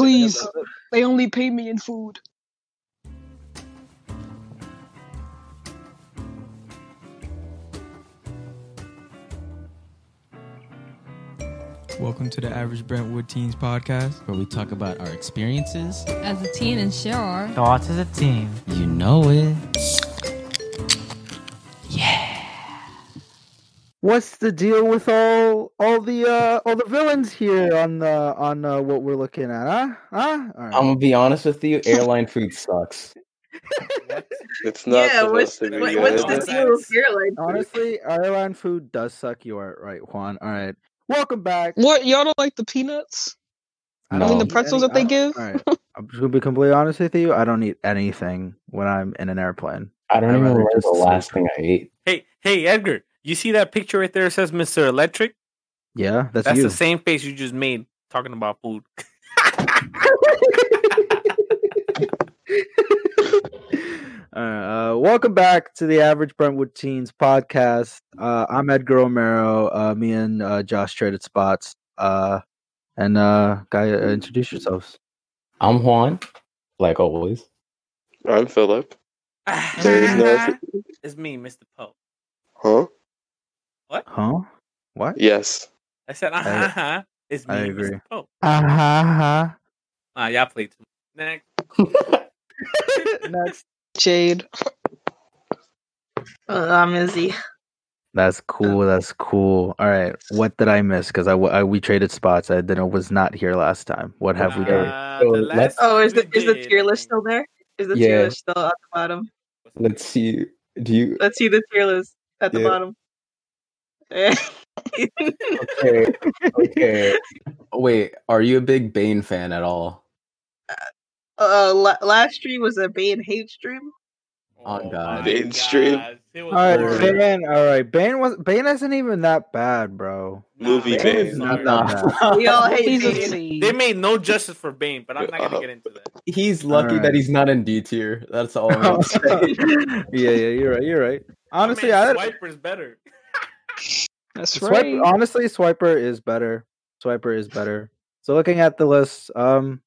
Please, they only pay me in food. Welcome to the Average Brentwood Teens Podcast. where we talk about our experiences. as a teen and share our Thoughts as a team. You know it. what's the deal with all all the uh all the villains here on the on uh, what we're looking at huh huh all right. I'm gonna be honest with you. Airline food sucks. It's not yeah, what's, supposed to be what, good. what's Yeah. the deal with airline? honestly airline food does suck you are right juan all right welcome back What y'all don't like the peanuts? I mean, the eat pretzels that they I don't- give? all right i'm just gonna be completely honest with you i don't eat anything when i'm in an airplane I don't I'd even rather remember just the sleep. last thing I ate. Hey, hey, Edgar, you see that picture right there? It says Mr. Electric. yeah that's, That's you the same face you just made talking about food. All right, uh, welcome back to the Average Brentwood Teens podcast. Uh, I'm Edgar Romero. Uh, me and uh, Josh traded spots. Uh, and uh, guy, uh, introduce yourselves. I'm Juan, like always. I'm Philip. There is no- it's me, Mr. Poe. Huh? Huh? What? Yes. I said, uh I- huh. It's me, I agree. Mr. Poe. Uh huh. Ah, y'all played too much. Next. Next. Jade. Uh, I'm Izzy. That's cool. That's cool. All right. What did I miss? Because I, w- I- we traded spots. I didn't was not here last time. What have we done? Uh, So the let's- last Oh, is we the is the did- tier list still there? Is the tier Yeah. list still at the bottom? Let's see. Do you? Let's see the tier list at the Yeah. bottom. Eh. Okay. Okay. Wait, are you a big Bane fan at all? uh, la- last stream was a Bane hate stream. Oh, my God. Mainstream. God. It was All right, horrible. Word. Bane. All right, Bane was Bane isn't even that bad, bro. Movie Nah, Bane. was Not horrible. that bad. We all hate He's a Bane. C. They made no justice for Bane, but I'm not gonna get into that. He's lucky Alright. that he's not in D tier. That's all. I'm gonna say. yeah, yeah, you're right. You're right. Honestly, I I Swiper's better. That's Swipe, right. honestly, Swiper is better. Swiper is better. So looking at the list, um,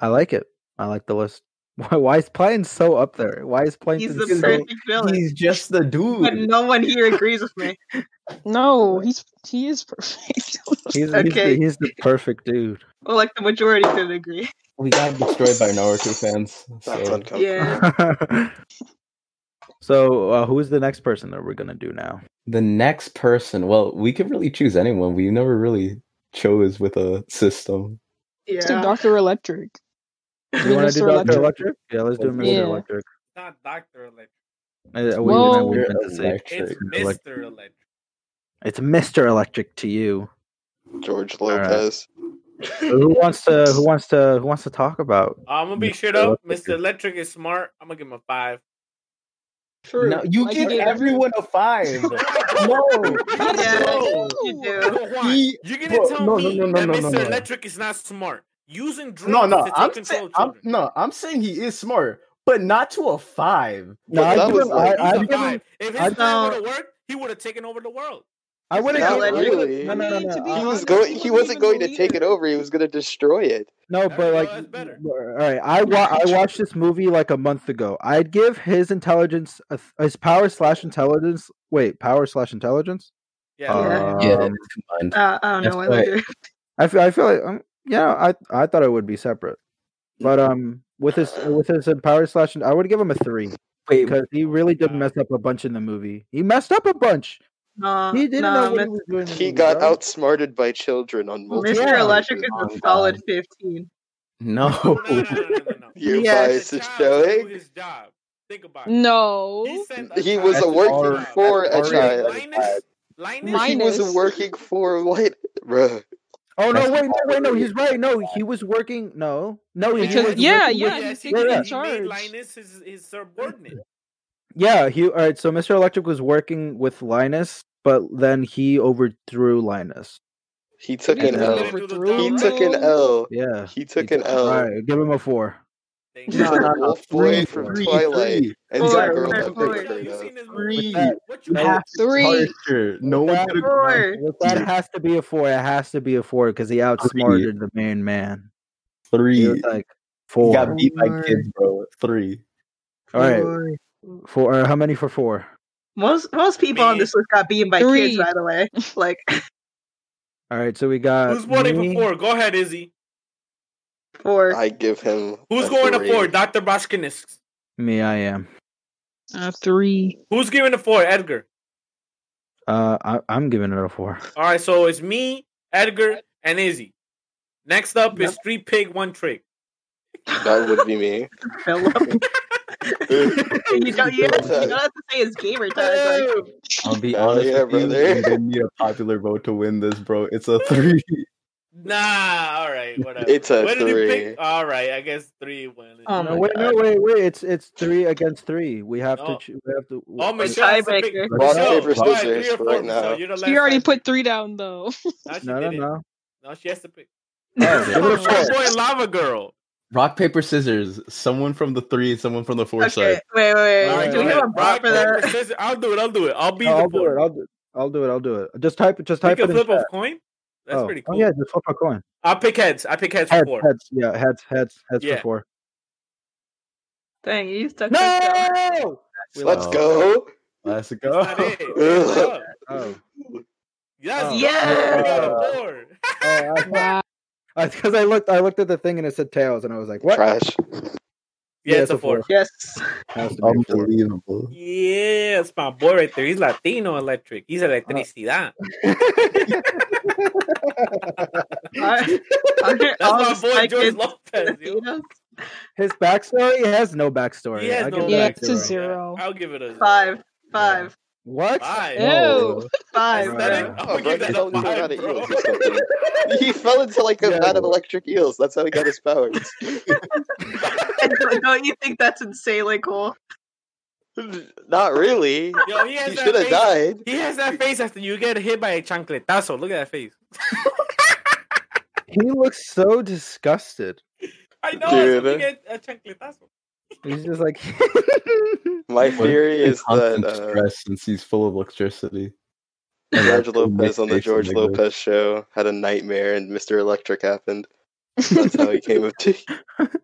I like it. I like the list. Why, why is Plankton so up there? Why is He's Plankton the so? perfect villain, he's just the but dude. no one here agrees with me. No, he's he is perfect. He's, he's the, Okay. he's the perfect dude. Well, like the majority didn't agree. We got destroyed by Naruto fans. That's so- uncomfortable. Yeah, so uh, who's the next person that we're gonna do now? the next person. Well, we could really choose anyone. We never really chose with a system. yeah. Let's do Doctor Electric. Do you want to do Mr. Doctor Electric. Electric? Yeah, let's do Mr. Yeah. Electric. It's not Doctor Electric. Uh, we- Well- we meant to say- It's Electric. Elect- Mr. Electric. It's Mr. Electric to you. George right. Lopez. So who wants to? Who wants to? Who wants to talk about? Uh, I'm gonna be Mr. straight up. Electric. Mr. Electric is smart. I'm gonna give him a five. True. No, you Like, give you- everyone a five. no, Yeah, No. you Yo, do. Juan, He- You're gonna Bro, tell no, me no, no, no, that no, Mr. no. Electric is not smart. Using drugs no, no. to take I'm, control say, of I'm children. no, I'm saying he is smart, but not to a five. No, Well, I that give was him- like- I- I'd He's a give him- five. If I'd his give plan him- would have worked, he would have taken over the world. I wouldn't. Not give- I wouldn't- really. No, no, no, no. To be I- He was honest, going. he He wasn't wasn't going to the take leader. it over. He was going to destroy it. No, There but you go, like, that's better. all right. I wa- I watched this movie like a month ago. I'd give his intelligence, a th- his power slash intelligence. Wait, power slash intelligence. Yeah. uh, Um, yeah, combined. Uh, I don't know That's why right. they do. I feel I feel like um, yeah. I I thought it would be separate, Mm. but um, with his with his uh, power slash, I would give him a three Wait, because he really uh did God. mess up a bunch in the movie. He messed up a bunch. No, He didn't know no, what Mr. he was doing. in the Uh, He movie, got bro. outsmarted by children on multiple. Mr. Yeah. Electric is Oh, a solid 15. no. No, no, no, no, no, no. Your He sent bias a is child showing. to do His job. Think about it. No. sent He child was to a do working his job. for a Linus- child. Linus, Linus, He was Minus. working for white. Bruh. Oh no! Wait, no, That's wait, no. already- He's right. No, he was working. No, no, he Because- was yeah, working yeah, with- he yes, he, took it in did. he charge. made Linus his, his subordinate. Yeah, he all right, so Mr. Electric was working with Linus, but then he overthrew Linus. He took He an didn't didn't L. do overthrow the He job. took an L. Yeah. He took an L. All right, give him a 4. Thank He's you. No, no, a no, wolf three, boy from three, Twilight and Four, got girl four, up four. there. You seen though. this Three. movie? What you No. got? Three. Archer, No one could agree. Four. That has to be a 4. It has to be a 4 cuz he outsmarted the main man. Three. It was like He four. got beat by Lord. kids, bro. Three. All right, Lord. four. Or how many for four? Most most people on this list got beaten by Three. kids, by the way. Like All right, so we got Who's voting me. for four? Go ahead, Izzy. four. I give him. Who's a going to three. four? Dr. Boshkinis. Me, I am. Uh, three. Who's giving a four? Edgar. Uh, I, I'm giving it a four. All right, so it's me, Edgar, and Izzy. Next up is Yep. three pig, one trick. That would be me. Philip. you don't you, have, you don't have to say it's gamer tag. Like, I'll be honest yeah, with you, brother. you didn't need a popular vote to win this, bro. It's a three. Nah, all right, whatever. It's a did he pick? three. All right, I guess three won. Oh Um, No, my wait, no, wait, wait. It's it's three against three. We have No. to. cho- We have to. Oh, uh, Michelle has to pick. tiebreaker. Rock, Michelle, paper, all right, scissors three or for four, right now. Michelle, you're the last She already one. put three down though. No, she No, no, didn't. no. No, she has to pick. No, give it a First four. boy, lava girl. Rock, paper, scissors. Someone from the three, someone from the four Okay, side. wait, wait, wait. Alright, Do we go have a ahead. bot Rock, for paper, that? scissors. I'll do it. I'll do it. I'll be No, the I'll do four. it. I'll do it. I'll do it. I'll do it. Just type. Just type Pick it a in. flip of chat. coin. That's oh. pretty Oh, cool. yeah, just flip a coin. I'll pick heads. I pick heads for Heads, four. heads. Yeah, heads, heads, heads Yeah. for four. Dang, you stuck yourself. No. Let's go. Let's That's not go. it. Good job. Oh, Yes, Oh. yes. We got Yeah. a four. oh Wow. because I looked. I looked at the thing and it said tails, and I was like, what? Trash. Yeah, it's a four. Yes. Has to be a four. Unbelievable. Yeah, it's my boy right there. He's Latino electric. He's electricidad. Uh, Alright. Under That's all my the boy George psychic Lopez. yo. Latinos, His backstory has no backstory. He has I no give it Yeah, back it's a door. zero. I'll give it a zero. Five. Five. What? Five. Yeah. Ew. Five. Is Right. that it? Yeah. I'll Oh, give bro, he that fell a into a five, vat of bro. eels or something. He fell into like a Yeah, vat of bro. electric eels. That's how he got his powers. And don't- don't you think that's insanely cool? Not really. Yo, he has He that should have face- died. He has that face after you get hit by a chancletazo. Look at that face. He looks so disgusted. I know. Dude. You Dude. get a chancletazo. He's just like, My theory is that constant uh, stress since he's full of electricity. George Lopez on the Mixed George nigga. Lopez show had a nightmare and Mr. Electric happened. That's how he came up to.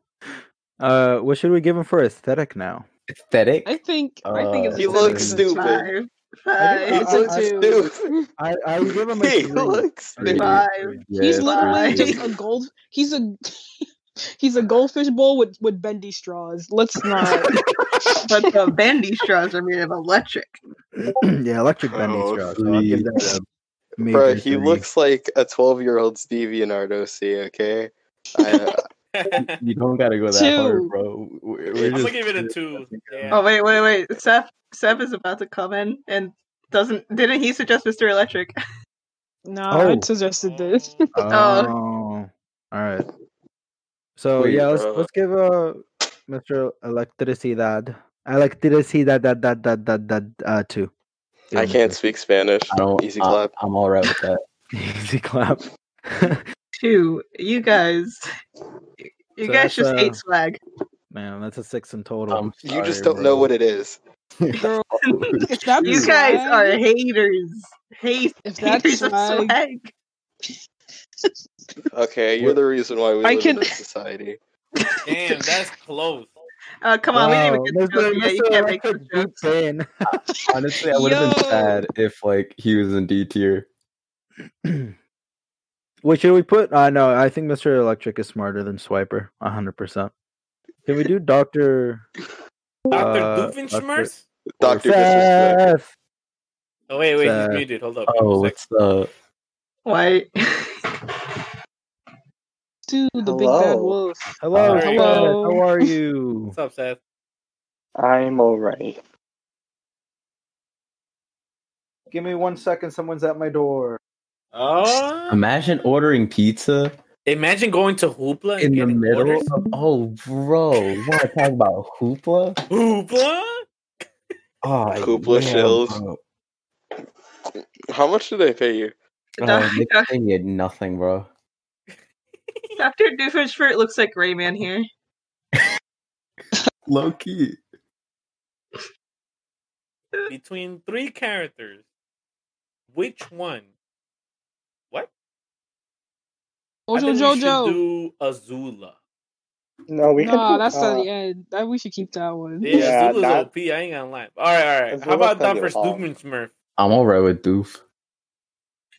uh, what should we give him for aesthetic now? Aesthetic. I think I think it's He a Uh, looks seven. stupid. Five. He I Five. didn't- looks stupid. I I would give him a He three. looks Three. stupid. Five. He's literally Right. just a gold. He's a he's a goldfish bowl with with bendy straws. Let's not. But the bendy straws are made of electric. yeah, electric bendy Oh, straw. So I'll give three. that a major Bro, he three. looks like a 12 year old Stevie in ROC, okay? I, You don't gotta go that Two. hard, bro. We're, we're I'm just, gonna give it a two. Yeah. Oh wait, wait, wait. Seth Seth is about to come in and doesn't didn't he suggest Mr. Electric? No, Oh. I suggested this. Oh, all right. So Wait, yeah, let's bro. let's give uh, Mr. Electricidad, Electricidad, da da da da da uh, two. I can't speak Spanish. I don't, uh, Easy I- clap. I'm all right with that. Easy clap. Two. You guys You So guys that's, just uh, hate swag. Man, that's a six in total. I'm You just sorry, don't know bro. what it is. Girl, if that's You guys are haters. Hate If that's haters of swag, swag. Okay, you're the reason why we I live in can- this society. Damn, that's close. Uh, come on, we didn't even get Wow, the joke. Yeah, you Mr. can't make Electric those jokes. beats in. Honestly, I would have been Yo. sad if like he was in D tier. What should we put? Uh, no, I think Mr. Electric is smarter than Swiper, hundred percent. Can we do Doctor Dr. Uh, Doofenshmirtz? Dr. Disrespect. Oh, wait, wait, he's uh, muted. Hold up. Give Oh, me a sec. what's the Why? dude, the big bad Hello. wolf. Hello, Alright. Seth, Hello. How are you? What's up, Seth? I'm alright. Give me one second. Someone's at my door. Oh, imagine ordering pizza imagine going to Hoopla in and the getting middle orders. of oh bro, you wanna talk about hoopla? Hoopla? Oh Hoopla yeah, shells. bro. How much did they pay you? Oh, Doc- next thing you nothing, bro. Dr. Doofenshmirtz looks like Rayman here. Low key. Between three characters, which one? What? I Mojo think we should Jojo. do Azula. No, we can. Nah, do, that's uh, the end. That we should keep that one. Yeah, Yeah, Azula's that- OP. I ain't gonna lie. All right, all right. How Azula can about that do for all. Doof and Smurf? I'm all right with Doof.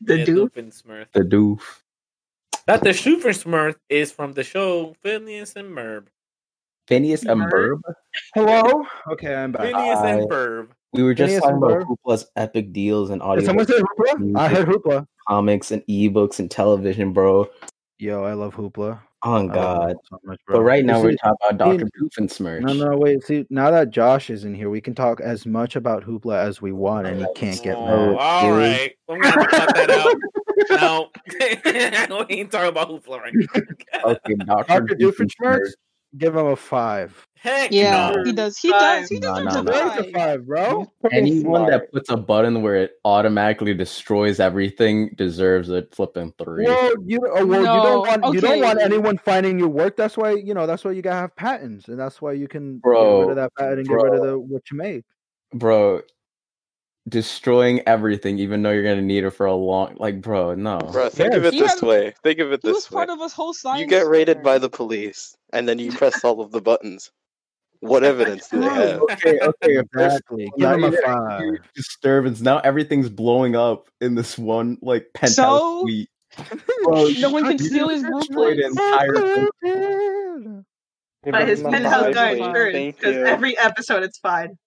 The yeah, dude. Doof and Smurf. The Doof. That the shoe for Smurf is from the show Phineas and Merb. Phineas and Merb? Ferb. Hello. Okay, I'm back. Phineas Hi. and Ferb. We were just Phineas talking and about Ferb. Hoopla's epic deals and Did audio someone say Hoopla? I heard Hoopla. comics and ebooks and television, bro. Yo, I love Hoopla. Oh I love God! Hoopla so much, bro. But right You now we're see- talking about Doctor Ian- Doof and Smurf. No, no, wait. See, now that Josh is in here, we can talk as much about Hoopla as we want, and he can't get Oh, mad. all dude. right. I'm gonna cut that out. No, we ain't talking about Hoopla right now. Okay, Doctor Doctor Doof and Smurf. Give him a five. Heck Yeah, no. he does. He Fine. does. He No, does. deserve no, no. a Raise a five. five, bro. Anyone that Smart. puts a button where it automatically destroys everything deserves a flipping three. Well, you oh, well, you No, don't want you don't want okay. anyone finding your work. That's why you know that's why you gotta have patents, and that's why you can get Bro, rid of that patent and get rid of bro. the what you made. Bro, destroying everything, even though you're gonna need it for a long like bro, no. Bro, think of Yes. it He this has- way. Think of it He was this way. part of his whole science. You get raided by program. the police, and then you press all of the buttons. What evidence do they have? Okay, okay, if there's Exactly. Give Now him a you're gonna five. huge disturbance. Now everything's blowing up in this one like penthouse So? suite. Bro, No one can you steal his destroyed blueprints. entire thing. Give But him his a penthouse five, got please. insurance Thank because you. every episode it's fine.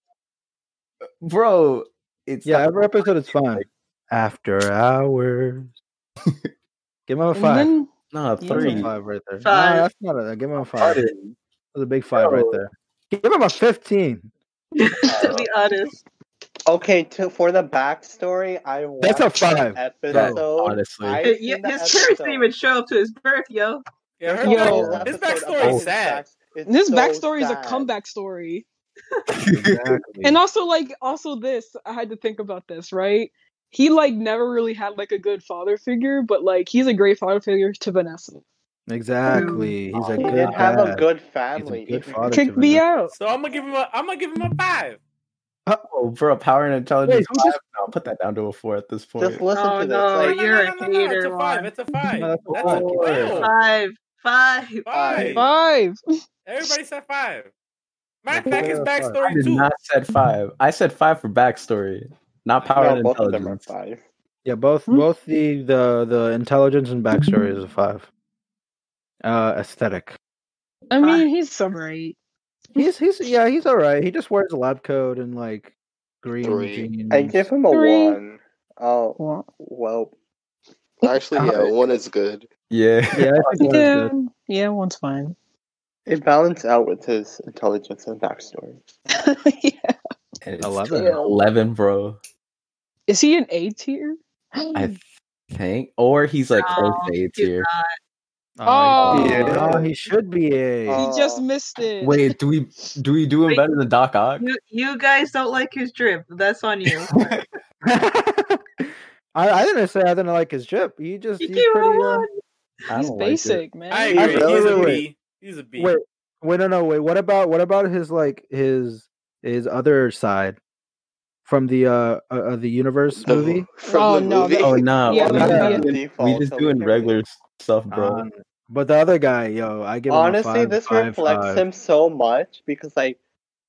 Bro, it's Yeah, not- every episode is fun. After hours. give him a And five. then nah, Yeah. Give him a three. five right there. Five. No, that's not a give him a five. That's Pardon. a big five right Yo. there. Give him a fifteen. to be honest, Okay, to, for the backstory, I watched That's a five. that episode. honestly. I've It- seen y- the his parents episode. didn't even show up to his birth, yo. Yeah, her The whole Yo. back- his episode backstory about is his sad. back- it's this so backstory is a sad. comeback story. Exactly. And also, like, also this, I had to think about this, right? He like never really had like a good father figure, but like he's a great father figure to Vanessa. exactly. He's a He good didn't have a dad. good He's family. a good He- father. Kick to me Vanessa. out. So I'm gonna give him a. I'm gonna give him a five. Oh, for a power and intelligence, Wait, who's five, this- no, put that down to a four at this point. Just listen Oh, to this. no, like, you're a hater, It's a five. Juan. It's a five. No, that's a That's five. a Oh. fail. Five, five. Five. Five. Everybody said five. Matter of Yeah, fact, his fail five. I backstory did too. not said five. I said five for backstory, not power no, and both of them are intelligence. five. Yeah, both Hmm? both the the the intelligence and backstory is a five. Uh, aesthetic. I mean, he's some right. He's he's yeah he's all right. He just wears a lab coat and like green Three. jeans. I give him a Three. one. Oh, Well, well. uh, Actually, yeah, one is good. Yeah. yeah, I think that yeah, is yeah, one's fine. It balanced out with his intelligence and backstory. yeah. And it's 11. 11. 11, bro. Is he an A tier? I Mm. think. Or he's like close No, to A do tier. good. Oh. yeah. he should be a. Oh. he just missed it. Wait, do we do we do him Wait. better than Doc Ock? You, you guys don't like his drip. That's on you. I, I didn't say I didn't like his drip. He just He he's gave him pretty. a Uh, one. I he's don't like it. basic, man. I I agree. really- He's a wait, B. He's a B. wait, wait, no, no, wait. What about what about his like his his other side from the uh, uh uh, the universe The- movie? From Oh, the no, movie. that- Oh no, Yeah, we, yeah, just yeah. doing- we Default just doing telecommuting. regular stuff, bro. Uh, Um, but the other guy, yo, I give Honestly, him a five, this five, reflects five. him so much because like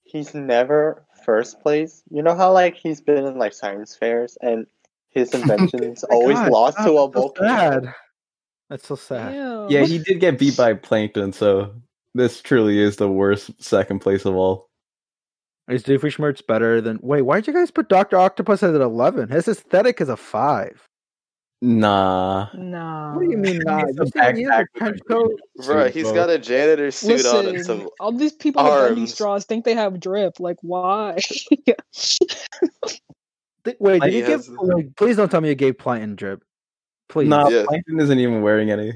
he's never first place. You know how like he's been in like science fairs and his inventions always Oh God, lost stop, to a that's so volcano. sad. That's so sad. Ew. yeah, he did get beat by Plankton, so this truly is the worst second place of all. Is Doofenshmirtz better than? Wait, why did you guys put Doctor Octopus at an eleven? His aesthetic is a five. Nah. Nah. What do you Um, mean? Nah, He's you a see, he has backpack a with a trench coat. Bro, suit, he's bro. got a janitor suit on and Listen, some. all these people with bendy arms. straws think they have drip. Like, why? Th- Wait, did He you give? has- like, please don't tell me you gave Plankton drip. Please. Nah, Yeah. Plankton isn't even wearing any.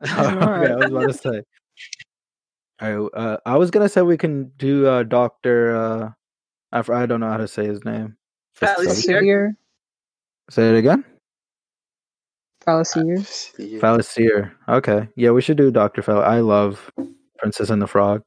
okay, I was about to say. All right, uh, I was gonna say we can do uh, Doctor. Uh, I, f- I don't know how to say his name. Fallacier. Fallacier. Say it again. Fallacier. Yeah. Fallacier. Okay, yeah, we should do Doctor Fall. I love Princess and the Frog.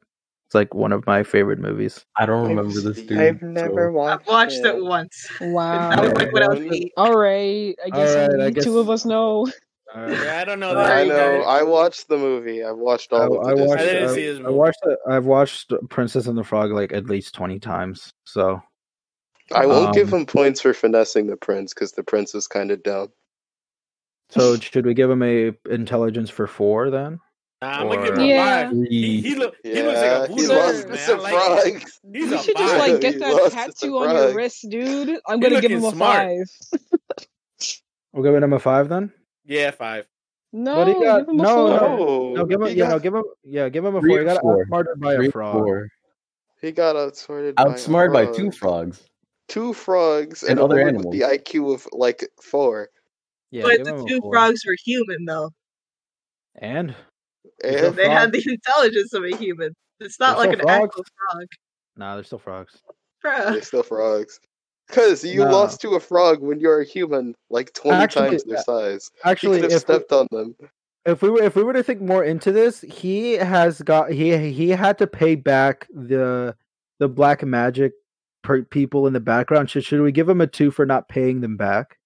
It's like one of my favorite movies. I don't I've remember this seen- dude. I've never so- I've watched. watched it once. That was Wow. like when I was eight. All right. I guess right, only I you two of guess- us know. All right. Yeah, I don't know. Uh, that. I you know. guys- I watched the movie. I've watched I, all of the I Disney. watched. I didn't I, see his I movie. watched. uh, I've watched Princess and the Frog like at least twenty times. So I won't give um, him points for finessing the prince because the prince is kind of dumb. so should we give him a intelligence for four then? Nah, I'm gonna give Or- him a Yeah. five. He, he, look, he looks like a he voodoo lost artist, the man. I like it. surprise. He's you a should just vibe. like get He that lost the tattoo on your surprise. wrist, dude. I'm You're gonna give him looking a smart. five. We're giving him a five then. Yeah, five. No, What do you got? give him a No, four. No, No, give him. he, Yeah, got, no, give him. Yeah, give him a Three four. or You got four? outsmarted by Three a or frog. four. he got outsmarted. by a Outsmarted by two frog. frogs. Two frogs and, And other other animals. with the IQ of like four. Yeah, but give the him a two four. frogs were human, though. And He's a And They frog. had the intelligence of a human. It's not They're like an still actual frog. nah, they're still frogs. Bruh. they're still frogs. Because you No. lost to a frog when you're a human, like 20 Actually, times their yeah. size. Actually, you could if have we- stepped on them. if we were if we were to think more into this, he has got he he had to pay back the the black magic per, people in the background. Should should we give him a two for not paying them back?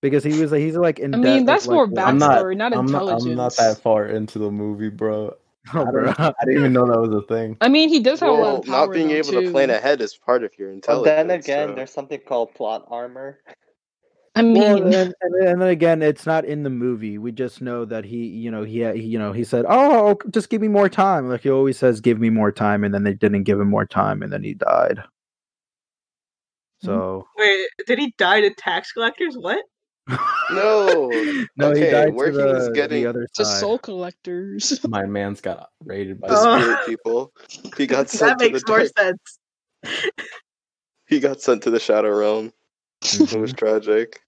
Because he was like he's like in I debt mean, of, that's like, more one- I'm not- backstory, not, I'm not, intelligence. I'm not that far into the movie, bro. Oh, I, bro. don't, I didn't even know that was a thing. I mean, he does have a lot Well, of power. not being though, able too. to plan ahead is part of your But intelligence. then again, so- there's something called plot armor. I mean, Well, and, then- and then- and then again, it's not in the movie. We just know that he, you know, he, he- you know, he said, "Oh, ok- just give me more time." Like he always says, "Give me more time," and then they didn't give him more time, and then he died. So Wait, did he die to tax collectors? What? Mm-hmm. No. no, he Okay, died to where he the, was the getting- other to side. soul collectors. My man's got raided by the Uh. Oh. spirit people. He got that sent to the makes more dark. sense. He got sent to the shadow realm. Mm-hmm. It was tragic.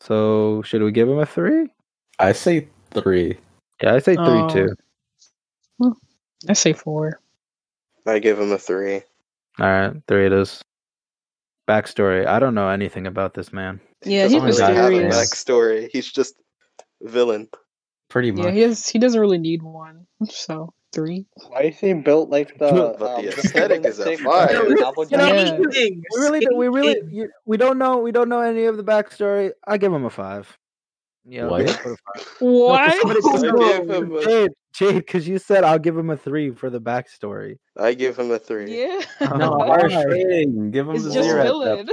So should we give him a three? I say three. Yeah, I say three Oh. two. I say four. I give him a three. All right, three it is. Backstory: I don't know anything about this man. Yeah, Doesn't he's really have a mysterious. backstory. He's just villain. Pretty Yeah, much. he has. He doesn't really need one. So three. Why is he built like the? But the um, aesthetic is a thing- vibe. No, the double you know, jacket? Yeah. skinny king, We really, don't- we skinny really, king. you, we don't know. We don't know any of the backstory. I give him a five. Yeah, I'll What? give him a five. Why? somebody I Oh, give him a, Jade, Jade, because you said I'll give him a three for the backstory. I give him a three. Yeah. No, Oh, harsh why? thing. Give him It's the just zero at villain. that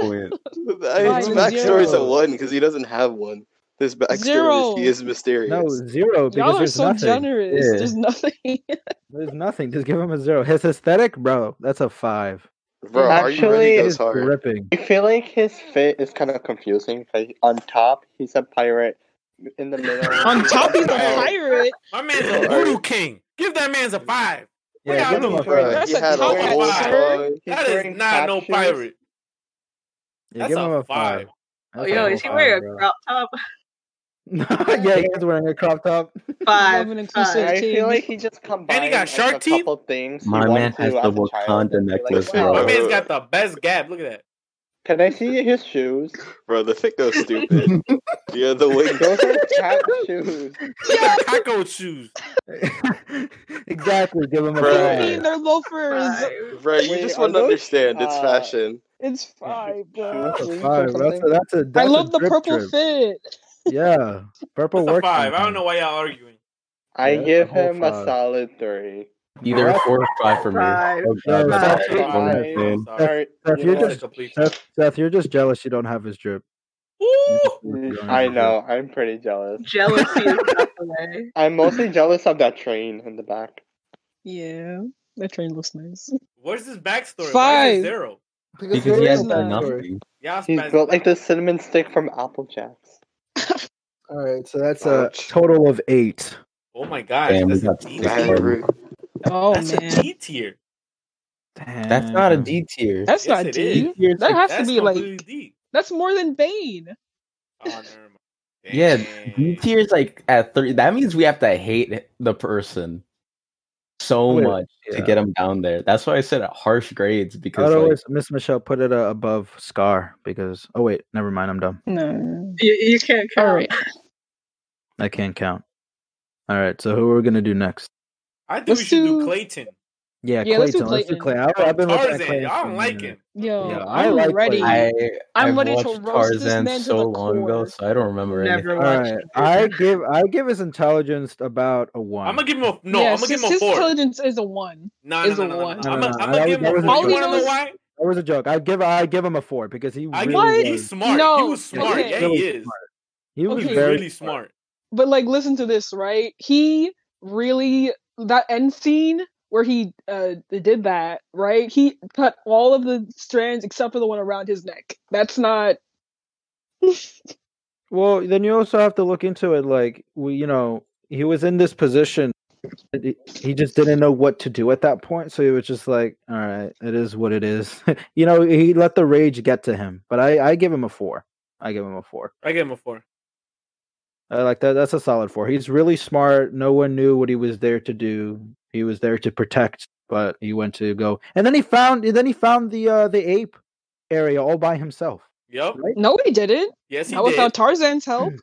point. Why His is backstory's a zero? one because he doesn't have one. His backstory Zero. is he is mysterious. No zero because Y'all are there's so nothing. generous. Yeah. There's nothing. There's nothing. Just give him a zero. His aesthetic, bro, that's a five. Bro, are you Actually, ready it goes It's hard. gripping. I feel like his fit is kind of confusing. 'cause on top, he's a pirate. In the middle, On top, he's a Wow. pirate. My man's a Alright. voodoo king. Give that man's a five. Yeah, Yeah, give him a I'm- Bro, five. That's he a had a top whole five. song. He's That is wearing not no tattoos. pirate. Yeah, That's give a him a five. five. Oh, That's a yo, whole is he five, wearing bro. a crop top? yeah, he is wearing a crop top. Five. Love and inclusive five. I king. feel like he just combined And he got shark like, a teeth? couple things. he My wanted man to has as the a child Wakanda and be necklace, Like, My bro. wow, man's got the best gap. Look at that. can I see his shoes? Bro, the fit goes stupid. yeah, the way Those are cat shoes. He got cockroach shoes. exactly. Give him a What do you Right. mean five. they're loafers? Five. Bro, you Wait, just are wouldn't those, understand. It's uh, fashion. It's five, bro. That's a Shoes or five, bro. That's a, something? that's a I that's a love the drip purple drip. fit. Yeah, purple That's a works. five. I on don't him. know why y'all arguing. I Yeah, give a whole him a five. solid three. Either a four or five for me. Five. Oh, Yeah, God, Five. that's what I'm Five. Sorry. saying. That's- Alright, Seth, you you're know what? That's a complete- Seth, Seth, you're just jealous you don't have his drip. Ooh! You don't have Mm, I his drip. know. I'm pretty jealous. Jealousy is not the way. I'm mostly jealous of that train in the back. Yeah, that train looks nice. Where's his backstory? Why is Five. it zero? There Because he is has none. nothing. Y'all He's spazzing built like out. the cinnamon stick from Apple Jacks. All right, so that's Ouch. a total of eight. Oh my gosh. Damn, we that's a got D six tier. more. Bad Oh That's a man, D tier. That's not a Damn. D tier. that's Yes, not it D. is. Here's That the- has to That's be completely like D. that's more than Bane. Oh, never mind. Yeah, Dang. D tier is like at three. That means we have to hate the person so Wait, much to yeah. get him down there. That's why I said harsh grades I would because like, always Miss Michelle put it uh, above Scar because oh wait, never mind, I'm dumb. No. You, you can't count. All right. I can't count. All right, so who are we gonna do next? I think we Let's should do do- Clayton. Yeah, Yeah, let's do Clayton. Let's do Clayton. Clayton. I, I've been looking at Tarzan, Clayton. y'all for a don't like minute. him. Yo, Yeah, I I'm like ready. Blake. I I'm I'm ready ready to watched roast this Tarzan man to the so long ago, core. so I don't remember anything. Never All watched. right, I give I give his intelligence about a one. I'm gonna give him a no. Yeah, I'm gonna give his- him a His four. intelligence is a one. No, no, is no, a no, no, one. no. I'm gonna No, no, I'm that gonna was- give him that a was a four. joke. You wanna know All he why? That was a joke. I give I give him a four because he I really give him, What? he's was. smart. No. He was smart. Okay. Yeah, Really he is. smart. He was Okay. He's very really smart. But like, listen to this, right? He really that end scene where he uh did that, right? He cut all of the strands except for the one around his neck. That's not. Well, then you also have to look into it. Like we, you know, he was in this position. that He he just didn't know what to do at that point, so he was just like, "All right, it is what it is." you know, he let the rage get to him. But I, I give him a four. I give him a four. I give him a four. I like that. That's a solid four. He's really smart. No one knew what he was there to do. He was there to protect, but he went to go, and then he found. And then he found the uh, the ape area all by himself. Yep. No, he Mm. didn't. Yes, he Not did. without Tarzan's help.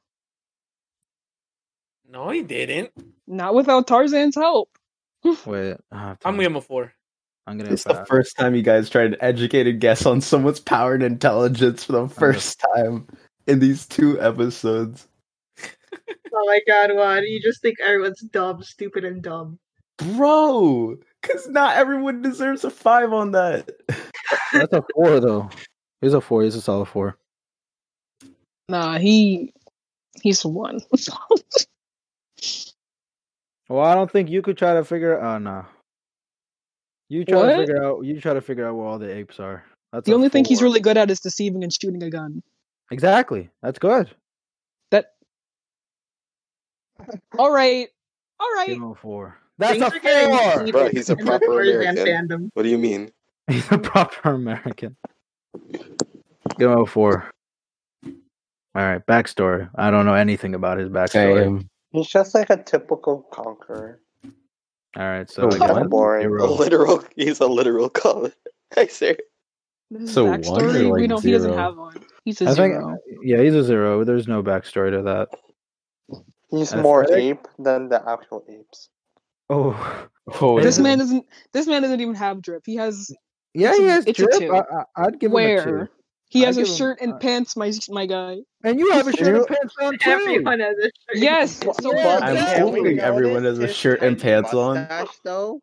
no, he didn't. Not without Tarzan's help. Wait, I have to- I'm gonna give him a four. I'm gonna. It's the uh, first time you guys tried an educated guess on someone's power and intelligence for the first time in these two episodes. Oh my god, Juan, you just think everyone's dumb, stupid, and dumb. Bro, because not everyone deserves a five on that. That's a four though. He's a four. He's a solid four. Nah, he he's a one. Well, I don't think you could try to figure. Oh no. You try What? to figure out. You try to figure out where all the apes are. That's the a only thing he's four. really good at is deceiving and shooting a gun. exactly. That's good. All right, all right. Give him a four. That's Things a are getting four. heated Bro, he's a in the proper Tarzan American. fandom. What do you mean? He's a proper American. Give him a four. All right, backstory. I don't know anything about his backstory. He's just like a typical conqueror. All right, so I So guess one? Boring. A literal. He's a literal color. I swear. This So one or, backstory we like, don't. He doesn't zero? have one. He's a I think zero. yeah, he's a zero. There's no backstory to that. He's Aesthetic? more ape than the actual apes. Oh, Oh, This yeah. man doesn't. This man doesn't even have drip. He has yeah, It's a- he has it's a drip. two. I, I, I'd give him a two. Where? He I has a give him- shirt and I- pants, my my guy. And you have a shirt and You- pants on too. Everyone has a shirt. Yes. So But what? I'm can we hoping everyone notice has a his shirt and tight pants on. mustache, Though?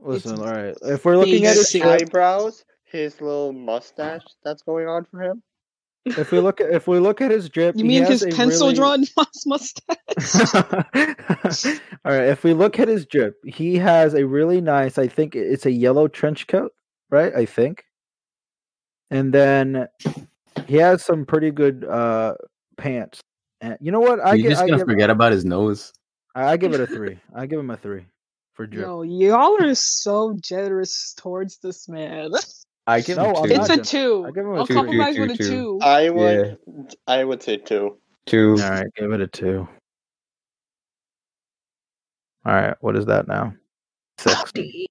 Listen, It's all right. If we're looking at His basic. his, drip- eyebrows, his little mustache that's going on for him. if we look, at, if we look at his drip, You he mean has his a pencil really- drawn mustache? all right. If we look at his drip, he has a really nice. I think it's a yellow trench coat, right? I think. And then he has some pretty good uh pants. And you know what? I, You're gi- just I gonna give forget about his nose. I I give it a three. I give him a three for drip. Yo, y'all are so generous towards this man. I give No, him I'm two. It's a gen- two. I give him a I'll two, compromise two, with a two, two. two. I would, I would say two. two. All right, give it a two. All right, what is that now? Six. E.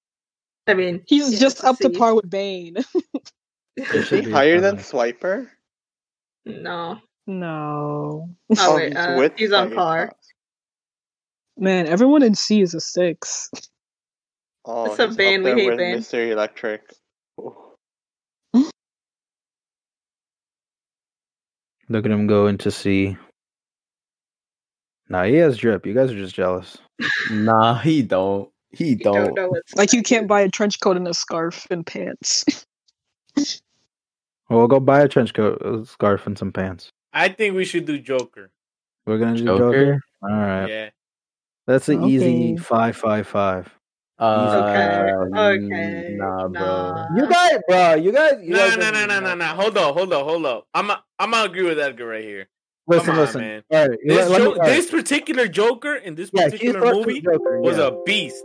I mean, He's yeah, just up to see. par with Bane. Is he should be a higher than five. Swiper? No. No, Oh, wait, he's uh, with he's on Swiper. par. man, everyone in C is a six. Oh, What's up, he's Bane? up We there hate with Bane. Mr. Electric. Look at him go into C. Nah, he has drip. You guys are just jealous. Nah, he don't. He You don't don't. know what's Like you can't buy a trench coat and a scarf and pants. Well, go buy a trench coat, a scarf, and some pants. I think we should do Joker. We're gonna do Joker. Joker? All right, Yeah. that's an Okay. easy five, five, five. Uh, Okay. Nah, bro. Nah. You guys, bro. You guys. you No, guys no, are- no, no, no, no. Hold up, hold up, hold up. I'm i I'm gonna agree with Edgar right here. Listen, Come on, listen. man. All right, This, let me- jo- all right. this particular Joker in this Yeah, Heath particular Ledger's movie Joker, was yeah. a beast.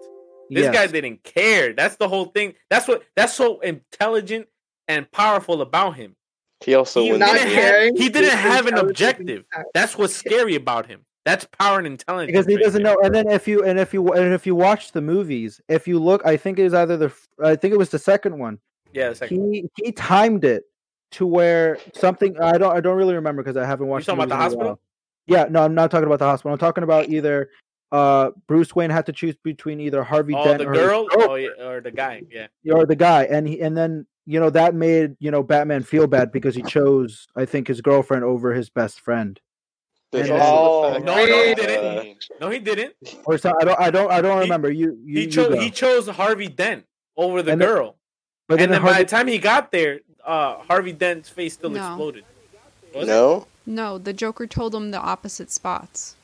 This Yes. guy didn't care. That's the whole thing. That's what. That's so intelligent and powerful about him. He also He wins. not the E. not game. care. caring. he didn't is have an intelligent objective. and- That's what's scary about him. That's power and intelligence. because he right doesn't there. know. And then if you and if you and if you watch the movies, if you look, I think it was either the f- I think it was the second one. Yeah, it's like, you He he timed it to where something I don't I don't really remember because I haven't watched. talking about the movies in a hospital? while. Yeah, no, I'm not talking about the hospital. I'm talking about either uh, Bruce Wayne had to choose between either Harvey Oh, Dent the or his girl, girl- oh, yeah, or the guy, yeah. or the guy, and he, and then you know that made you know Batman feel bad because he chose I think his girlfriend over his best friend. There's And also Oh, the fact no, no, he that, uh, didn't. No, he didn't. Or so I don't I don't I don't He- remember you. you He you chose go. he chose Harvey Dent over the And then- girl, but and then by Harvey- the time he got there, uh, Harvey Dent's face still No. exploded. Was it? no, No, the Joker told him the opposite spots.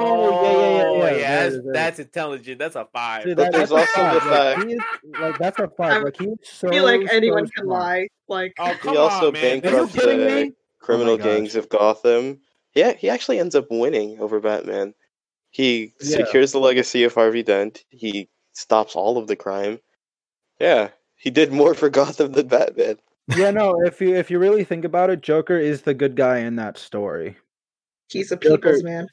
oh yeah yeah yeah yeah, There that's, it is, there it is. that's intelligent. That's a five. Dude, But there's that's a also the five. fact- Like, he is- like that's a five. I'm- Like he is so I feel like anyone so can smart. lie. Like oh, come he also on, man. Are you bankrupted This is- kidding the me? criminal Oh gosh. gangs of Gotham. Yeah, he actually ends up winning over Batman. He Yeah. secures the legacy of Harvey Dent. He stops all of the crime. Yeah, he did more for Gotham than Batman. Yeah, no. If you if you really think about it, Joker is the good guy in that story. he's a Joker- people's man.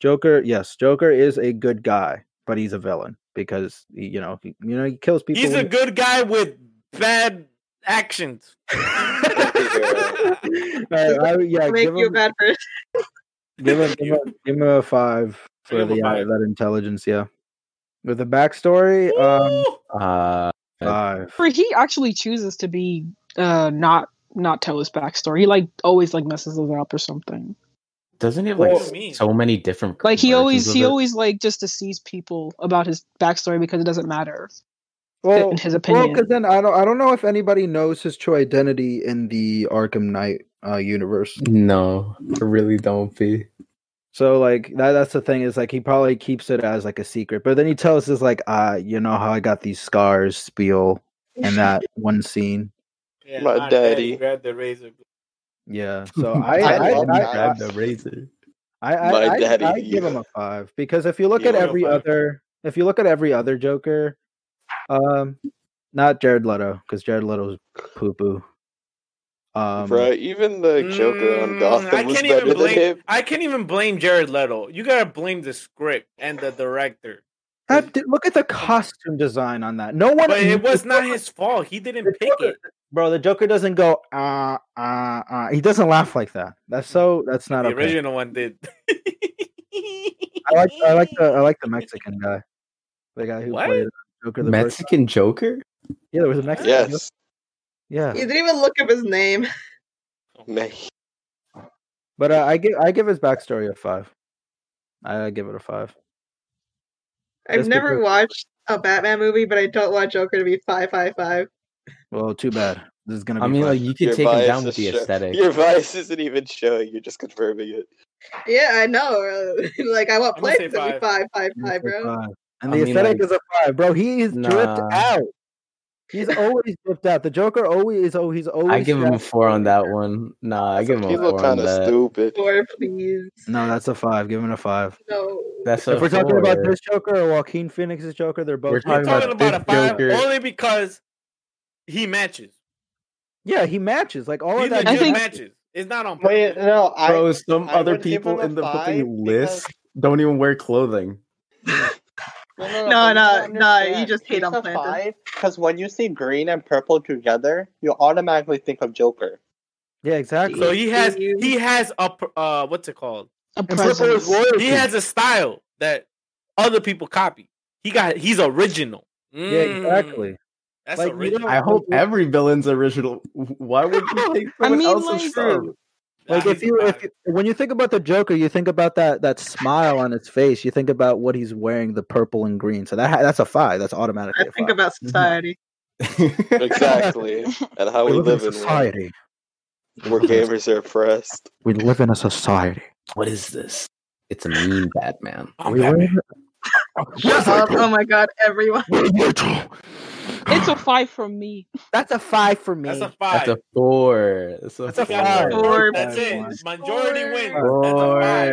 Joker, yes, Joker is a good guy, but he's a villain because you know he, you know he kills people. He's a when- good guy with bad actions. Alright, I- yeah, Make give you a him, bad person. give, him, give, him, give him a five for Give him the a uh, five. that intelligence. Yeah, with the backstory, um, Ooh. Uh, five. For he actually chooses to be uh not not tell his backstory. He like always like messes us up or something. doesn't it What like do you mean? so many different Like he versions always of he it? always like just deceives people about his backstory because it doesn't matter Well, in his well, opinion. because then I don't I don't know if anybody knows his true identity in the Arkham Knight uh, universe. No, I really don't be. So like that that's the thing is like he probably keeps it as like a secret, but then he tells us like ah you know how I got these scars spiel and that one scene. Yeah, My not daddy. Grab the razor. Yeah, so I I I, love I, that. I, the razor. I, I, My I- daddy, I give yeah. him a five because if you look Yeah, at I'm a every five. other if you look at every other Joker, um, not Jared Leto because Jared Leto's poo poo. Um, Bruh, even the Joker on Mm, Gotham was better than blame. him. I can't even blame Jared Leto. You gotta blame the script and the director. that- look at the costume design on that. No one. But it was not his fault. He didn't pick it. bro. The Joker doesn't go ah ah ah. He doesn't laugh like that. That's so. That's not The okay. original one did. I like I like the uh, I like the Mexican guy, the guy who What? played Joker. The first- Mexican Joker? yeah, there was a Mexican. Yes, Yeah. You didn't even look up his name. man. But uh, I give I give his backstory a five. I give it a five. I've Just never because- watched a Batman movie, but I don't want Joker to be five five five. Well, too bad. This is gonna. Be I mean, five. like you could Your take him bias down is with the sho- aesthetic. Your bias isn't even showing. You're just confirming it. Yeah, I know. like I want I'm gonna Blade say to be five. five five Give five, it a bro. five. And I the mean, aesthetic like- is a five, bro. He is dripped Nah. out. He's always dripped out. The Joker always is. Oh, he's always. I give him a strapped. four on that one. Nah, I give him He a looked four on kind of that. stupid. Four, please. No, that's a five. Give him a five. No. That's a if we're talking four. about this Joker or Joaquin Phoenix's Joker, they're both. We're We're talking about talking about a this five Joker. only because he matches. yeah, he matches. Like all He of that. legit I think- matches. It's not on Wait, purpose. no, I Bro, some I other would give people him a in the five fucking because- list don't even wear clothing. No, but you no, don't no, you understand. just hate He's on a Clinton. five because when you see green and purple together, you automatically think of Joker. yeah, exactly. So he has he has a pr- uh what's it called? A And purple presence. is royalty. He has a style that other people copy. He got he's original. yeah, Mm, exactly. That's Like, you original. don't- I hope every villain's original. Why would you take I someone mean, else's like- stuff? Like Nah, if he's a you, five. if you, when you think about the Joker, you think about that that smile on his face. You think about what he's wearing, the purple and green. So that ha- that's a five. That's I automatically. a think five. about society. Exactly, and how We, we, live, in a live in one, society. where gamers are oppressed. We live in a society. What is this? It's a mean Batman. I'm we Batman. live. Shut up. Oh my god, everyone. It's a five from me. That's a five for me. That's a five. That's a four. That's a That's a You got five. it. Four. That's it. Majority Four. wins. That's a Four. five.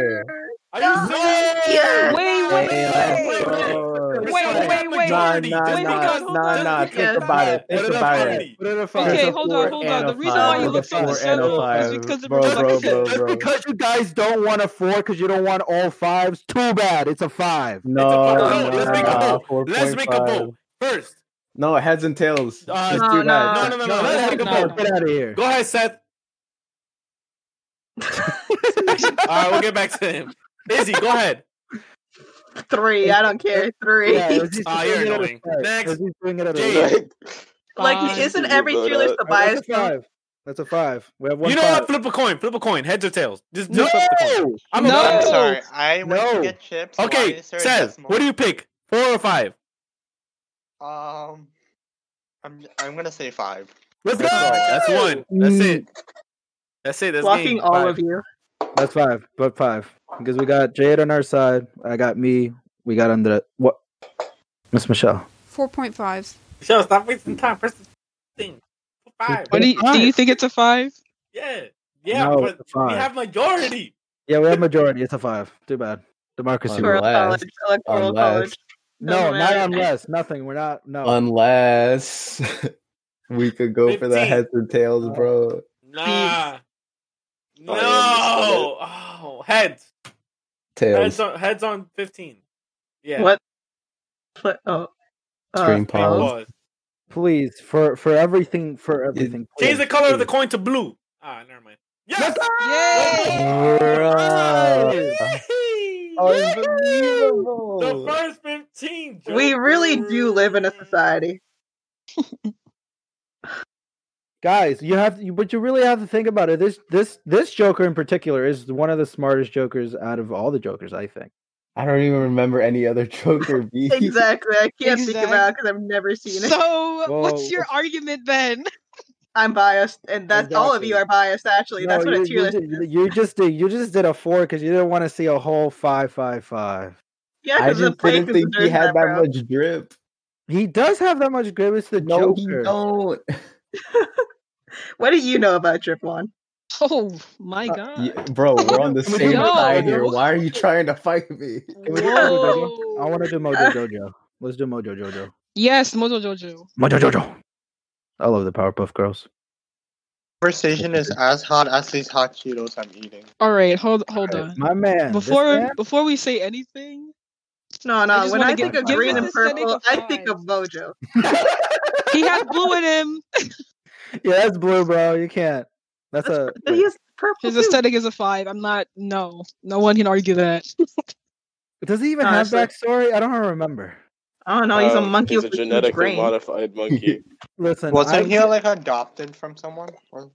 Are you serious? Wait, Hey, wait, that's wait, wait. four. Wait, wait, wait. Nah, Majority, nah, just nah, because- nah, just nah. because- Think about it. What Think about about it. Trinity? Put it a five. Okay, There's a hold four on, hold on. and The a reason why five. you There's a look so four and a discernible is five. because of Bro, just like I bro, said, bro, Just bro. because you guys don't want a four because you don't want all fives, too bad. It's a five. No, vote. no, Let's make a no, vote. Let's make a 4.5. vote. First. No, heads and tails. Uh, Just no, do No, that. no, no, no. Let's make a no, vote. no. Get out of here. Go ahead, Seth. All right, we'll get back to him. Izzy, go ahead. Three. I don't care. Three. Yeah, it was just- Ah, it was you're doing it out of annoying. spite. It was Next. just doing it out of Jade. spite. Like, like, isn't every Vote cheerless out. the All right, bias? That's a five. That's a five. We have one. you know five. what? Flip a coin. Flip a coin. Heads or tails. Just, No! just flip the coin. I'm No! about I'm to- sorry. I went No. to get chips. Okay, Seth, what do you pick? Four or five? you? Um, I'm I'm gonna say five. Let's go. That's one. That's it. That's it. That's Blocking game. all Five. of you. That's five. But five. Because we got Jade on our side. I got me. We got under what? Miss Michelle. 4.5. Michelle, stop wasting time. Press the thing. Five. What do you, do you think it's a five? Yeah. Yeah, No, but it's a five. we have majority. Yeah, we have majority. It's a five. Too bad. Democracy. Sure. Electoral Unless- college. Electoral unless- college. No, Doesn't not matter. unless. Nothing. We're not. No. Unless we could go for the 15. heads and tails, bro. Nah. No. I understand it. Oh, heads. Heads Tails. on, heads on 15. Yeah. What? Pla- oh. Screen Big pause. pause. please, for for everything, for Change everything. please, the color of the please. coin to blue. Ah, never mind. Yes! Bruh. Yay! The Unbelievable. first 15. We really do live in a Joker. society. Guys, you have, you, but you really have to think about it. This this this Joker in particular is one of the smartest Jokers out of all the Jokers, I think. I don't even remember any other Joker B. Exactly. I can't think Exact- about because I've never seen it. So, Well, what's your argument then? I'm biased, and that's all of you Exactly. are biased. Actually, that's No, what a you- tier you, list ju- is. you just did you just did a four because you didn't want to see a whole five five five. Yeah, I because the just plague didn't think he deserves had that, bro. much drip. He does have that much grip. It's the No, he Joker. don't. What do you know about Drip One? Oh my god. Yeah, bro, we're on the Can we same do- side No. here. Why are you trying to fight me? Can we do Mojo Jojo? I want to do Mojo Uh, Jojo. Let's do Mojo Jojo. Yes, Mojo Jojo. Mojo Jojo. I love the Powerpuff Girls. Conversation is as hot as these hot Cheetos I'm eating. All right, hold hold Alright, on. My man. this Before man- before we say anything, No, I no. just When wanna I think give- of give green us and a static purple, of I think of Mojo. he has blue in him. yeah, that's blue, bro. You can't. That's a. But he has purple His too. aesthetic is a five. I'm not. No, no one can argue that. Does he even have Honestly. backstory? I don't remember. I don't know. He's a um, monkey He's with a a huge genetically brain. modified monkey. Listen, Wasn't I- he like adopted from someone? Or...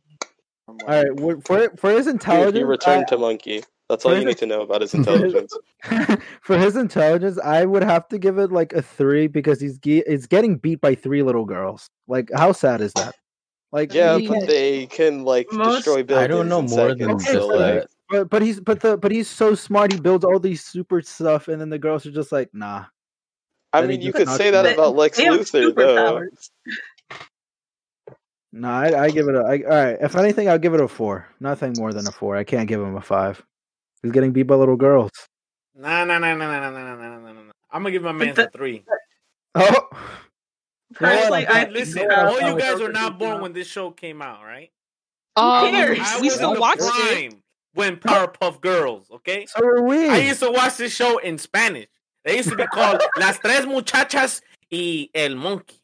All right, we're- for for his Dude, intelligence, he returned to monkey. That's all you need to know about his intelligence. I- for his intelligence, I would have to give it like a three because he's ge- it's getting beat by three little girls. Like, how sad is that? Like, Yeah, he but can't- they can like Most- destroy buildings. I don't know in more than seconds, Okay, so, so like, but but he's but the but he's so smart. He builds all these super stuff, and then the girls are just like, nah. I Then he mean, you just could knocks say him that out. about Lex They have Luthor, though. superpowers. No, I, I give it a. I, all right. If anything, I'll give it a four. Nothing more than a four. I can't give him a five. He's getting beat by little girls. Nah, nah, nah, nah, nah, nah, nah, nah, nah, nah, nah. I'm gonna give my man the- a three. Oh, Personally, Hey, I listen, think, uh, all you Howard guys Joker were not is born not- when this show came out, right? Um, cares? we- I we was in still the watched it. prime when Powerpuff Girls, okay? so are we. I used to watch this show in Spanish. They used to be called Las Tres Muchachas y El Monkey.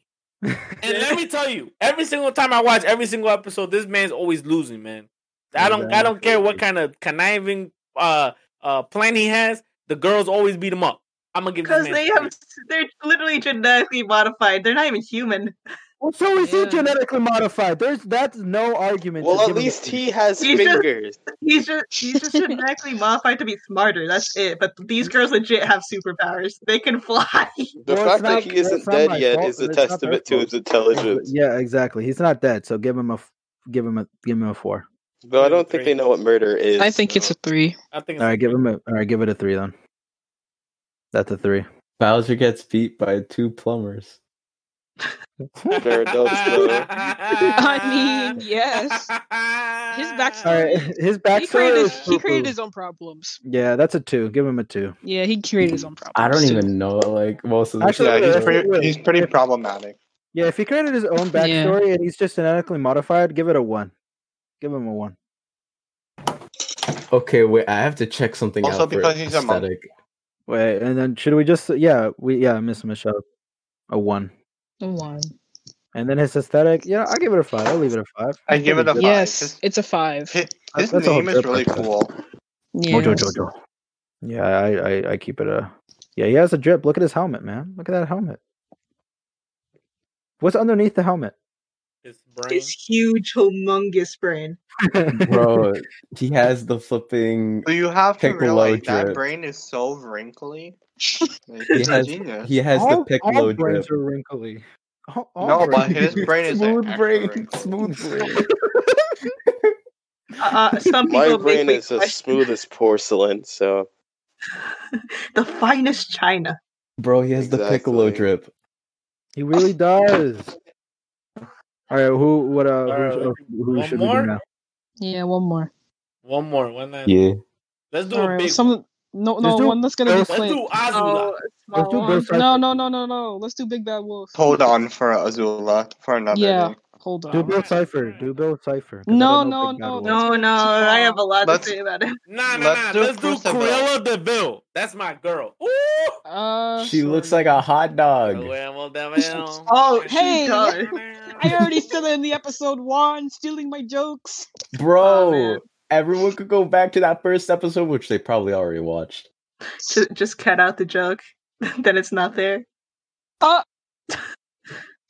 And let me tell you, every single time I watch every single episode, this man's always losing, man. I don't I don't care what kind of conniving uh uh plan he has, the girls always beat him up. I'm gonna give this Because man they a have, they're literally genetically modified. They're not even human. Well, so is Yeah. he genetically modified? There's that's no argument. to Well, at give him a least three. he has He's just- fingers. He's just, he's just genetically modified to be smarter. That's it. But these girls legit have superpowers. They can fly. The Well, fact it's that not- he that's isn't not dead my yet fault, is a it's not their testament to fault. his intelligence. Yeah, exactly. He's not dead, so give him a f- give him a give him a four. Though I Give it don't a think three. they know what murder is. I think it's a so. three. I think All right, give him a all right, give it a three then. That's a three. Bowser gets beat by two plumbers. They're adults, though. I mean, yes. His All backstory- right, his Uh, He created, backstory. his, Is he created poo-poo. his own problems. Yeah, that's a two. Give him a two. Yeah, he created his own problems. I don't too. even know like most of the Actually, Yeah, stuff. he's that's pretty. weird. He's pretty problematic. Yeah, if he created his own Yeah. backstory and he's just genetically modified, give it a one. Give him a one. Okay, wait, I have to check something Also out for because he's a monk. aesthetic. Wait, and then should we just yeah we yeah Miss Michelle a one, One. and then his aesthetic yeah I'll give it a five. I'll leave it a five. I give it a five. Yes, His, it's a his, five. That's- his that's a name is good really podcast. cool. Yeah. Mojo Jojo. Yeah, I, I I keep it a Yeah, he has a drip. Look at his helmet, man. Look at that helmet. What's underneath the helmet? His brain. His huge, humongous brain. bro. He has the flipping. So you have to Piccolo realize that drip. brain is so wrinkly. Like, He he's a has, genius. he has the piccolo drip. brains are wrinkly. All, all No, but brains- his brain is smooth actually brain, wrinkled. smooth brain. Uh, uh, some people My make brain me is as question smooth as porcelain, so the finest china. Bro, he has the piccolo Exactly. drip. He really does. All right, who? What? Uh, All right, who, who one should we more? do now? Yeah, one more. One more, one last. Yeah. Let's do All a right, big. some no no Let's do- one that's gonna be let's one. Let's Flint. do Azula. Oh, Oh, Let's do small Bill one. Cecil. No no no no no. Let's do Big Bad Wolf. Hold on for Azula for another Yeah. day. Hold Do on. Bill Cipher. Do Bill Cipher. 'cause I No, don't no, know Big Bad no, Wolf. that's- No, no, I have a lot Let's- to say about it. Nah, nah, Let's nah. do let's do Crucible. Cruella Deville. That's my girl. Ooh. Uh, She looks like a hot dog. Cruella Deville. Oh, she Hey. does. I already said it in the episode one, stealing my jokes. Aw, Bro, man. everyone could go back to that first episode, which they probably already watched. Ju- Just cut out the joke. then it's not there.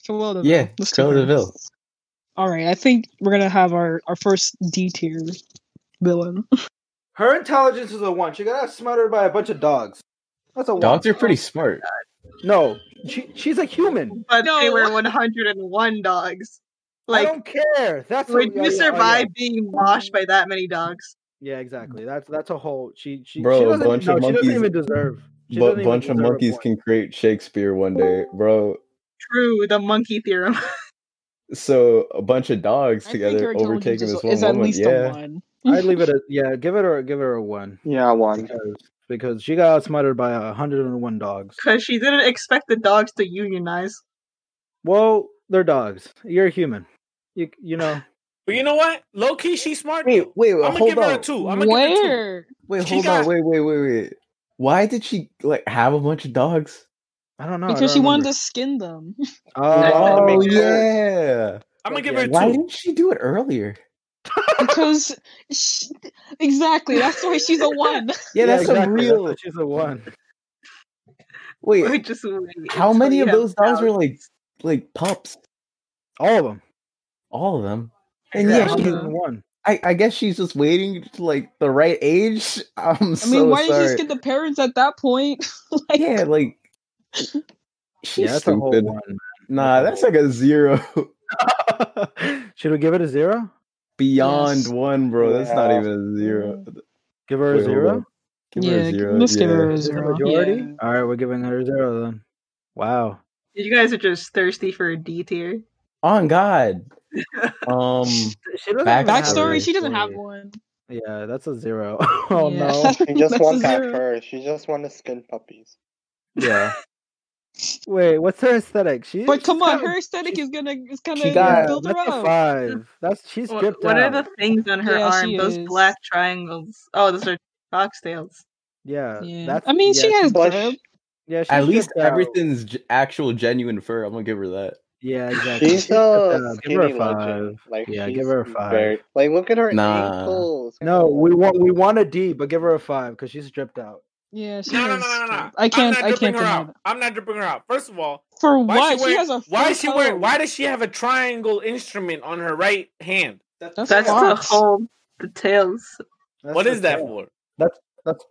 Cruella de Yeah, Vil. Let's do Cruella her. Deville. All right, I think we're gonna have our our first D tier villain. Her intelligence is a one. She got smothered by a bunch of dogs. That's a one. Dogs are pretty smart. No, she, she's a human. But they No. were 101 dogs. I Like, don't care. That's would yeah, you yeah, oh, survive yeah. being moshed by that many dogs? Yeah, exactly. That's that's a whole. She she. Bro, she a doesn't, bunch of no, She monkeys- doesn't even deserve. She But doesn't even bunch of deserve a monkeys point. can create Shakespeare one day, bro. True, the monkey theorem. So a bunch of dogs I think her together intelligence overtaking is, this one is at woman. least a yeah, one. I'd leave it. A, yeah, give it her. Give her a one Yeah, one. because because she got smothered by a hundred and one dogs. Because she didn't expect the dogs to unionize. Well, they're dogs. You're a human. You you know. But you know what? Low key, she's smart. though. wait, I'm gonna give her a two. I'm gonna give her a two. Where? Wait, She hold got- on, wait, wait, wait, wait. Why did she like have a bunch of dogs? I don't know. Because she wanted to skin them. to. wanted to Oh make sure. yeah. I'm gonna give Yeah. her a two. Why didn't she do it earlier? because she, exactly that's why she's a one. Yeah, that's exactly. a real. why she's a one. I Wait, just wait how until many you of have those dogs were like like pups? All of them. All of them. And yeah, Exactly. she, Uh-huh. 101. I, I guess she's just waiting to, like the right age. I'm I mean, so why did sorry. you skin the parents at that point? like, Yeah, like she's Yeah, that's a whole stupid. one. Nah, that's like a zero Should we give it a zero? beyond Yes. one, bro. That's not Yeah. even a zero. Give her Wait, a hold zero? on. Give her a Yeah, zero, let's give her yeah. a Is it the zero. majority? Yeah. All right, we're giving her a zero then. Wow. You guys are just thirsty for a D tier. On God. Um She doesn't Backstory. even have a Backstory: Alright, She doesn't have story. one. Yeah, that's a zero. oh Yeah. no. She just That's a wants that zero. fur. She just wants to skin puppies. Yeah. Wait, what's her aesthetic? She But come she's on, kinda- her aesthetic is gonna is gonna she got- build her that's a up. five. That's she What, skipped what are out. the things on her Yeah, arm? she Those is. black triangles. Oh, those are foxtails. yeah, Yeah, that's I mean, she yeah, has But drip. sh- yeah, she at least skipped out. everything's ge- actual genuine fur. I'm gonna give her that. Yeah, exactly. she's She skipped a out. Give her skinny a five. legend. Like yeah, she's give her a five. very- like look at her Nah. ankles. No, we want we want a D, but give her a five because she's stripped out. Yeah, she No, no, no, has. no, no, no. drip. I can't. I'm I not can't dripping her deny out. that. I'm not dripping her out. First of all, For why what? is She, she wearing? has a. why fur is she wearing? coat. Why does she have a triangle instrument on her right hand? That's, That's to fox. hold the tails. That's what the is that tail. for? That's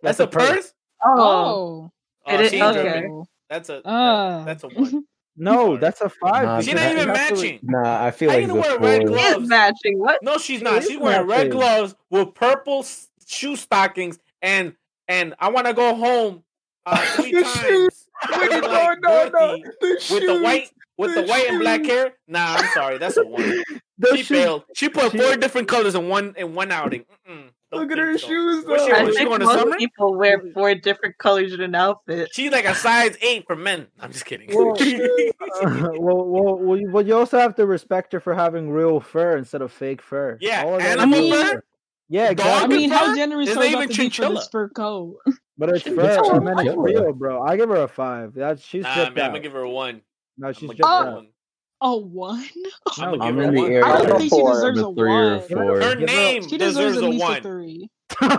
That's, a purse. Oh, Oh. It Oh, is- she ain't okay. dripping. That's a. that- Ah. that's a one. No, that's a five. Nah, She's because She not that's even absolutely- matching. Nah, I feel How like you gonna wear red before- she gloves? is matching. What? No, she's She not. is She's wearing red matching. gloves with purple s- shoe stockings, and and I want to go home uh, three The times. Wait, looking no, like no, no. Dorothy The With the shoes. white, with the the white and black shoes. hair. Nah, I'm sorry, that's a one. Those She shoes- failed. She put she- four different colors in one in one outing. Mm-mm, don't Look at think her so. shoes What's though. she I was think going to most summer? people wear four different colors in an outfit. She's like a size eight for men. I'm just kidding. Well, well, well, well, you, well, you also have to respect her for having real fur instead of fake fur. yeah, All of that is animal mean- fur. fur. Yeah, Dog I exactly. mean, fur? how generous It's are not you even about to be for chinchilla. this fur coat? but it's Dude, fur. that's I meant it's chinchilla. real, bro. I give her a five. That she's Nah, man, stripped I'm out. gonna give her a one. No, I'm she's gonna stripped give her a out. one. A one? I'm gonna No, give I'm her in a the one. area. I of don't think she Four. deserves a a three or a one. four. Her Give her- name She deserves deserves at a least a one. three.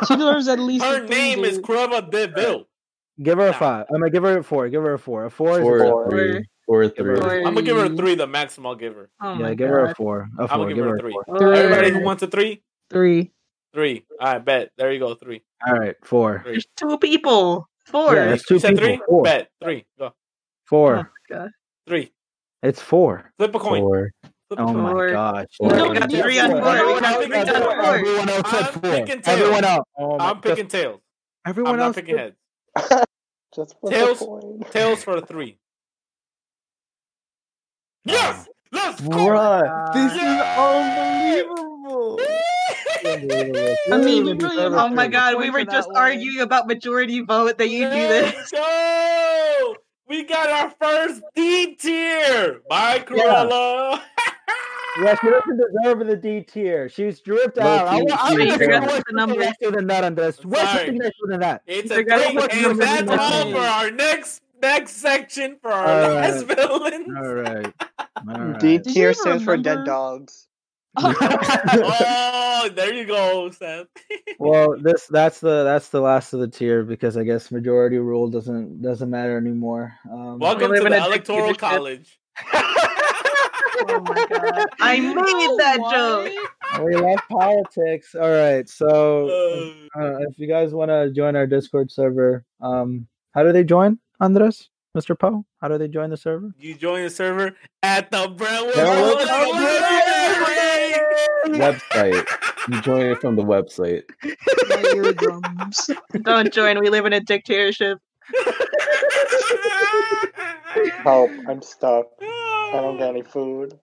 She deserves at least Her a three. name is dude. Cruella Deville. Give her a five. I'm gonna give her a four. Give her a four. A four, Four, is a or three. Four, or three. Four. I'm gonna give her a three, the maximum I'll give her. Oh yeah, my give her a God. four. A I'm four. gonna give her a three. All Three. Everybody who right. wants a three, Three. three. All right, bet. There you go, three. All right, four. Three. There's two people. Four. Yeah, it's two you said people. three. Four. Bet three. Go Four. Oh my God. three. It's four. Flip a coin. Four. Flip a Oh coin. my Four. gosh. Four. No, We you got did three on four. board. No, We got I'm three picking on board. tails. Everyone else said I'm four. picking tails. Everyone else. Oh my I'm picking tails. Everyone I'm not else. picking heads. Just flip Tails. a coin. Tails for a three. Yes. Let's go. Bruh, this is Yeah! unbelievable. I mean, Dude, really, it's Oh my God. We Point were for that just one. arguing about majority vote that you do this. Let's go. We got our first D tier. Bye, Cruella. Yeah, she doesn't deserve the D tier. She's dripped Low out. I key, want I she want is. everyone Forgot to the numbers. nicer than that on this. I'm Way sorry. something nicer than that. It's They a got three, what and numbers that's in all mind. for our next next section for our All last villains. All right. All D right. Did you tier even stands for dead remember- dogs. Oh, there you go, Seth. Well, this that's the that's the last of the tier because I guess majority rule doesn't doesn't matter anymore. Um, Welcome live to in the a electoral dictatorship. college. Oh my God. I made that joke. we love politics. All right. So Uh, uh, if you guys want to join our Discord server, um, how do they join, Andres, Mr. Poe? How do they join the server? you join the server at the Brentwood. Public Brentwood Public Library. website. You join it from the website. My eardrums. Don't join. We live in a dictatorship. Help! I'm stuck. I don't get any food.